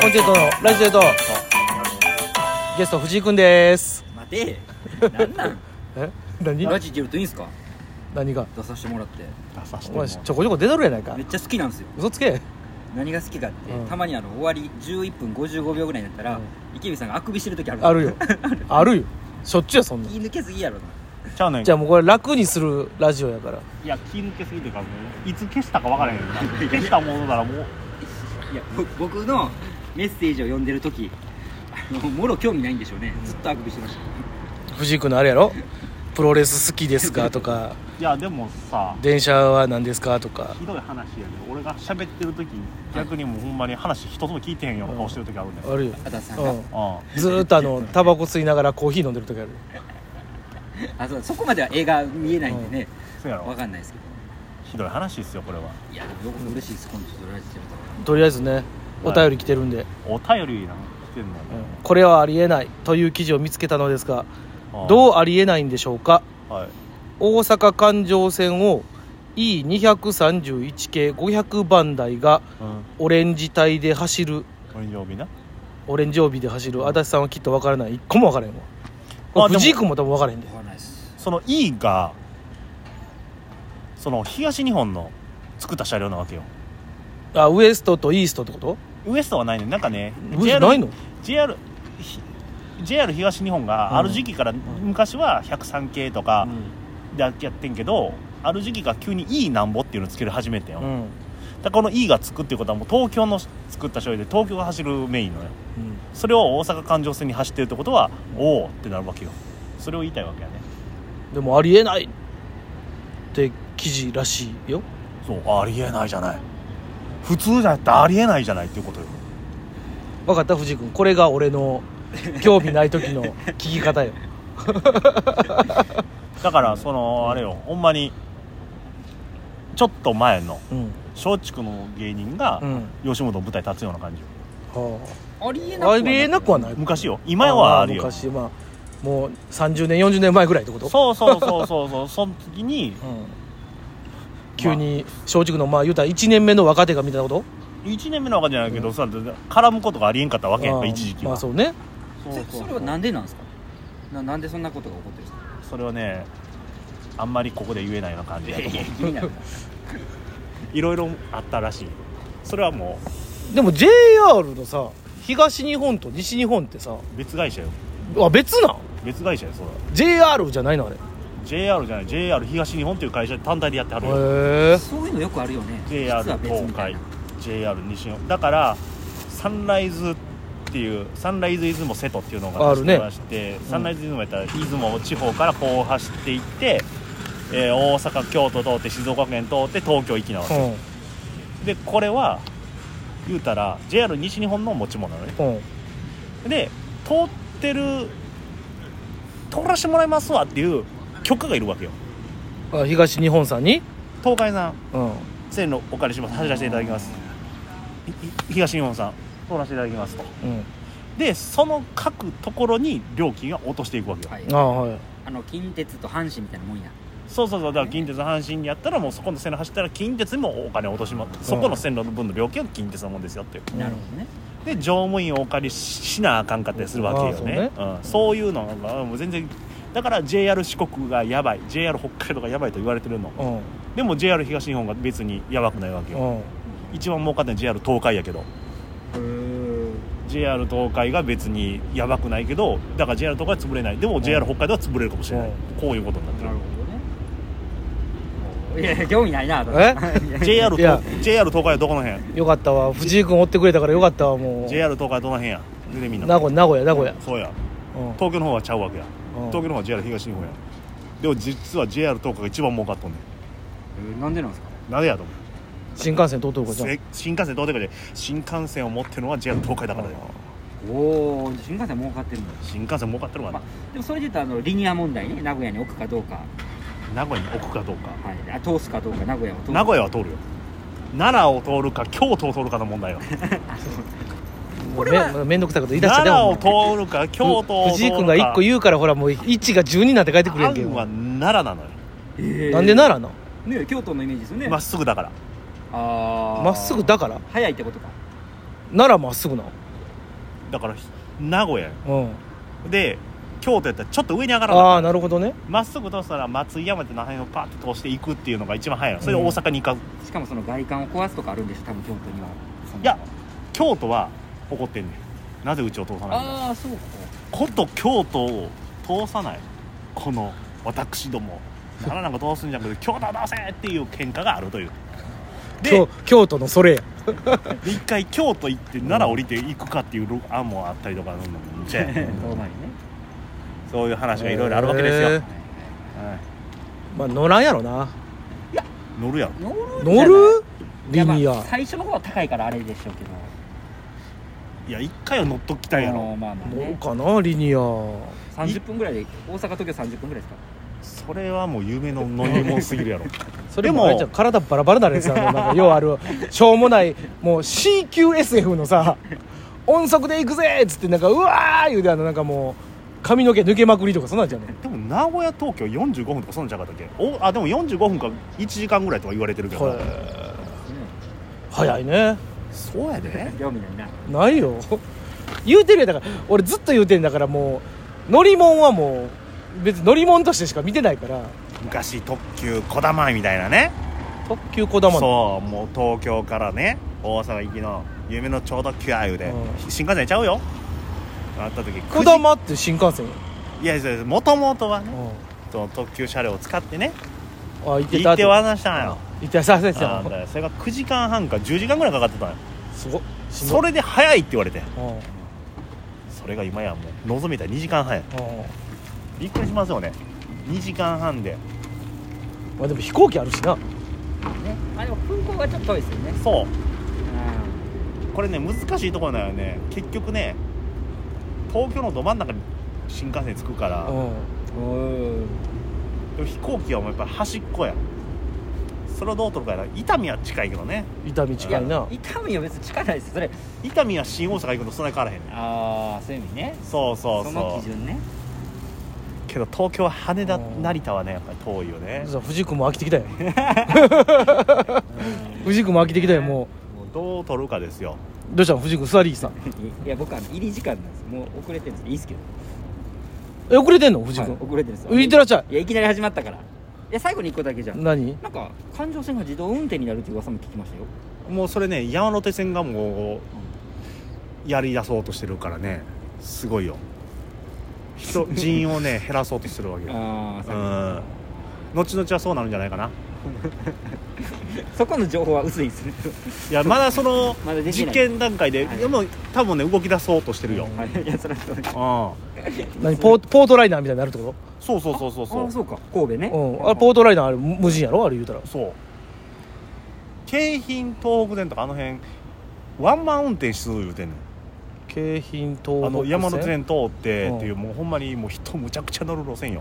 コンチェルトのラジオとゲスト藤井くんです待てなんなんえ何ラジ出るといいんすか何が出させてもらって出さしておも前ちょこちょこ出とるやないかめっちゃ好きなんですよ嘘つけ何が好きかって、うんたまにあの終わり11分55秒ぐらいになったら、うん池見さんがあくびしてる時あるある よあるよしょっちゅうやそんなん気抜けすぎやろなちゃうねんじゃあもうこれ楽にするラジオやからいや気抜けすぎてるからもういつ消したか 分からへんよな消したものならもういやぼ僕のメッセージを読んでる時あのもろ興味ないんでしょうねずっとあくびしてました藤井くんのあれやろプロレス好きですかとかいやでもさ電車は何ですかとかひどい話やで俺が喋ってる時逆にもうほんまに話一つも聞いてへんような顔してる時あるねんあるよあださんが、うあ んずーっとあのタバコ吸いながらコーヒー飲んでる時あるあそうそこまでは映画見えないんでね、あそうやわろかんないですけどひどい話ですよこれはいやでも僕嬉しいです今度ちょっとラジ出るとりあえずねお便り来てるんで、お便りなんか来てんのうんこれはありえないという記事を見つけたのですがああどうありえないんでしょうかはい大阪環状線を E231 系500番台がうんオレンジ帯で走る誕生日なオレンジ帯で走る足立さんはきっと分からない一個も分からへんわこあれでも藤井君も多分分からへんでとわかんないですその E がその東日本の作った車両なわけよあウエストとイーストってことウエストはないねんなんかねウエストないの JR, ひ JR 東日本うんがある時期から昔は103系とかでやってんけど、ある時期が急に E なんぼっていうのつける始めてんよ、うだかん、らこの E がつくっていうことはもう東京の作った醤油で東京が走るメインのようんそれを大阪環状線に走ってるってことは、おおってなるわけよそれを言いたいわけやねでもありえないって記事らしいよそうありえないじゃない普通だったらありえないじゃないっていうことよ分かった藤井君これが俺の興味ない時の聞き方よだからそのあれよほんまにちょっと前のうん松竹の芸人がうん吉本の舞台立つような感じよはありえなくあ、はありえなくはない昔よ今はあるまよ昔まあもう30年40年前ぐらいってことそうそうそうそうそう その時にうん急に松竹のまあ言うたら1年目の若手がみたいなこと1年目のわけじゃないけど、さ絡むことがありえんかったわけやんあかー一時期まあはそうねそうそそうそれはなんでなんですかななんでそんなことが起こってるんですかそれはねあんまりここで言えないような感じやと思う気になるいろいろあったらしいそれはもでも JR のさ東日本と西日本ってさう別会社よあ別なん別会社よそれは JR じゃないのあれ JR じゃない JR 東日本という会社単体でやってはるよへえそういうのよくあるよね JR 実は別東みたい海な JR 西日本だからサンライズっていうサンライズ出雲瀬戸っていうのがあるね走ってまして、サンライズ出雲やったら出雲地方からこう走っていって、えー大阪京都通って静岡県通って東京行きなわけ、うでこれは言うたら JR 西日本の持ち物なのねんうんで通ってる通らしてもらいますわっていう許可がいるわけよあ東日本さんに東海さんうん線路お借りします走らせていただきますいい東日本さん通らせていただきますとうんでその各ところに料金が落としていくわけよ、はいああはいあの近鉄と阪神みたいなもんやそうそうそうだから近鉄阪神にやったらもうそこの線路走ったら近鉄にもお金を落とします、そこの線路の分の料金は近鉄のもんですよっていうなるほどねで乗務員をお借りししなあかんかったりするわけよね,、うんそういうのがもう全然だから JR 四国がやばい JR 北海道がやばいと言われてるのうんでも JR 東日本が別にやばくないわけよ、うん一番儲かってるのは JR 東海やけど JR 東海が別にやばくないけどだから JR 東海は潰れないでも JR 北海道は潰れるかもしれない、うんこういうことになってる、どねいやいや興味ないなとえ JR, いや東 JR 東海はどこの辺よかったわ藤井君追ってくれたからよかったわもう JR 東海はどの辺や全然みんな名古屋名古屋名古屋そうやうん東京の方はちゃうわけやうん東京の方は JR 東日本やでも実は JR 東海が一番儲かっとんねなんでなんですかんなぜやと思う新幹線通ってるからじゃんせ新幹線どうでかで新幹線を持ってるのは JR 東海だからだよおお新幹線儲かってるんだ新幹線儲かってるわなまあでもそれで言うとあのリニア問題ね名古屋に置くかどうか、は名古屋に置くかどうかい、あ通すかどうか名古屋を通す名古屋は通るよ奈良を通るか京都を通るかの問題よもうめめんどくさいこと言い出した奈ね良ほんをま通るか京都を通るか藤井君が1個言うからほらもう1が12になって帰ってくるやんけ案はな奈良なのよえーんで奈良なね京都のイメージですよねまっすぐだからあーまっすぐだから早いってことか奈良まっすぐなだから名古屋ようんで京都やったらちょっと上に上がらあなあなるほどねまっすぐ通したら松井山っての辺をパッと通していくっていうのが一番早いのそれで大阪に行か、しかもその外観を壊すとかあるんでしょ多分京都にはそのいや京都は怒ってんねんなぜうちを通さないんだあ あそうかこと京都を通さないこの私ども奈良なんか通すんじゃなくて京都を通せっていう喧嘩があるというで京京都のそれやで一回京都行って奈良降りて行くかっていう案もあったりとかなんだもんね 遠回りねそういう話がいろいろあるわけですよ、へえはいまあ乗らんやろな乗るやろ乗るんじゃ乗ないるいリやまあニア最初の方は高いからあれでしょうけどいや一回は乗っときたいやあろのまあまあ乗るねかなリニア30分ぐらいで大阪東京30分ぐらいですかそれはもう夢の乗り物すぎるやろ それでももあれじゃん体バラバラになるやつやもうな んかようあるしょうもないもう C 級 SF のさ音速で行くぜっつってなんかうわー言うてあのなんかもう髪の毛抜けまくりとかそんなんじゃねでも名古屋東京45分とかそんなんじゃなかったっけおあでも45分か1時間ぐらいとか言われてるけこどれ早いねそうやで興味ないなないよ 言うてるやんだから俺ずっと言うてんだからもう乗り物はもう別に乗り物としてしか見てないから昔特急こだまみたいなね特急こだまのそうもう東京からね大阪行きの夢のちょうどキュアいうで、うん新幹線ちゃうよあった時こだまって新幹線よいやいやもともとはねうその特急車両を使ってねんあ行ってた行って渡したんよ行ってさせてあたんだよそれが9時間半か10時間ぐらいかかってたのよすごいしんどそれで早いって言われてうんうんそれが今やもう望めたら2時間半やびっくりしますよね2時間半でまあでも飛行機あるしなねあでも空港がちょっと遠いですよねそううこれね難しいところなのよね結局ね東京のど真ん中に新幹線着くから、うんんうんでも飛行機はもうやっぱり端っこやそれをどう取るかやな伊丹は近いけどね痛み近いな痛みは別に近ないですよそれ伊丹は新大阪行くのそんなに変わらへんねああそういう意味ねそうそうそうその基準ねけど東京は羽田うん成田はねやっぱり遠いよねそう藤君も飽きてきたよ藤君も飽きてきたよももうどう取るかですようどうしたの藤君座りさんいや僕あの入り時間なんですもう遅れてるんですいいっすけどえ遅れてんの藤はい君遅れてるんです行ってらっしゃいいやいきなり始まったからいや最後に1個だけじゃん何なんか環状線が自動運転になるって噂も聞きましたよもうそれね山手線がもうやり出そうとしてるからねすごいよ 人人員をね減らそうとしてるわけよあうあん後々はそうなるんじゃないかなそこの情報は薄いですねいやまだそのまだできない実験段階で、はいでも多分ね動き出そうとしてるよ、うんはいいやそれはそうです何ポーポートライナーみたいになるってこそうそうそうそうあそあうそうか神戸ねとうんあれポートライナーあれ無無人やろあれ言うたらそう京浜東北線とかあの辺ワンマン運転しそう言うてんねん京浜東北線あの山手線通ってっていううもうほんまにもう人むちゃくちゃ乗る路線よ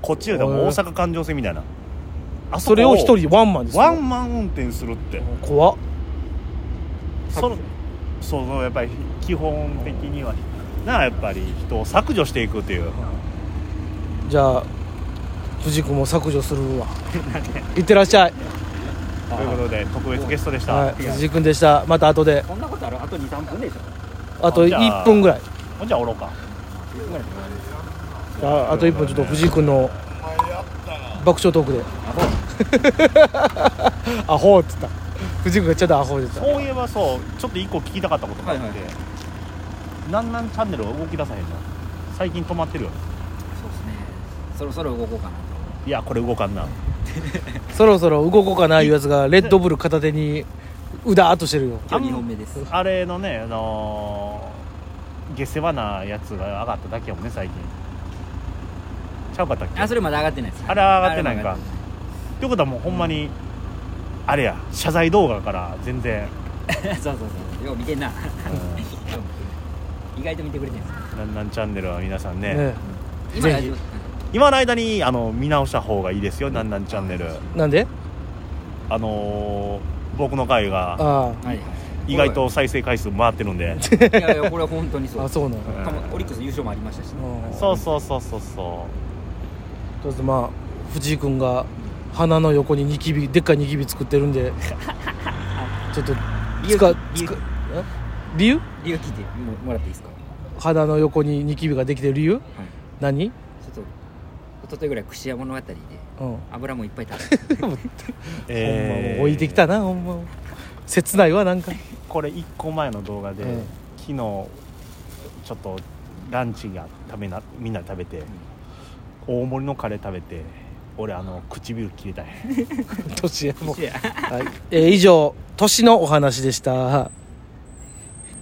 こっちでもう大阪環状線みたいなあこそれを一人ワンマンですよワンマン運転するって怖っそのそのやっぱり基本的にはなあやっぱり人を削除していくっていうじゃあ藤君も削除するわいってらっしゃい、あということで特別ゲストでした、はい、藤井君でしたまた後でこんなことあるあと23分でしょあとじゃあ1分ぐらいほんじゃおろうかぐらいじゃああと1分ちょっと藤井君の爆笑トークであそうアホっつった藤井君がちょっとアホって言ったそういえばそうちょっと一個聞きたかったことがあって、はいはなんなんチャンネルは動き出さへんじゃん最近止まってるよそうですねそろそろ動こうかないやこれ動かんなそろそろ動こうかないうやつがレッドブル片手にうだーっとしてるよ今日2本目ですあれのねあのー、下世話なやつが上がっただけやもんね最近ちゃうかったっけあそれまだ上がってないですあれ上がってないんかあれってことはもうほんまに、あれや謝罪動画から全然、上がってない そうそうそうよう見てんなう意外と見てくれてるんですん、なんなんチャンネルは皆さんねね今ぜひラジオ今の間にあの見直した方がいいですよなんなんチャンネルなんであのー、僕の回があはい意外と再生回数回ってるんでいやいやこれは本当にそあうあそうなの多分オリックス優勝もありましたしねうんそうそうそうそうそとりあえずまあ藤井君が鼻の横にニキビでっかいニキビ作ってるん でちょっと理由使う理由使うえ理由理由聞いてももらっていいですか鼻の横にニキビができてる理由はい何ちょっと一昨日ぐらい串屋物語でうん油もいっぱい食べてほんまもう置いてきたなほんま切ないわ なんかこれ1個前の動画で、うん昨日ちょっとランチが食べなみんなで食べて、大盛りのカレー食べて俺あの唇切れたい年やもう串屋はい、えー以上年のお話でした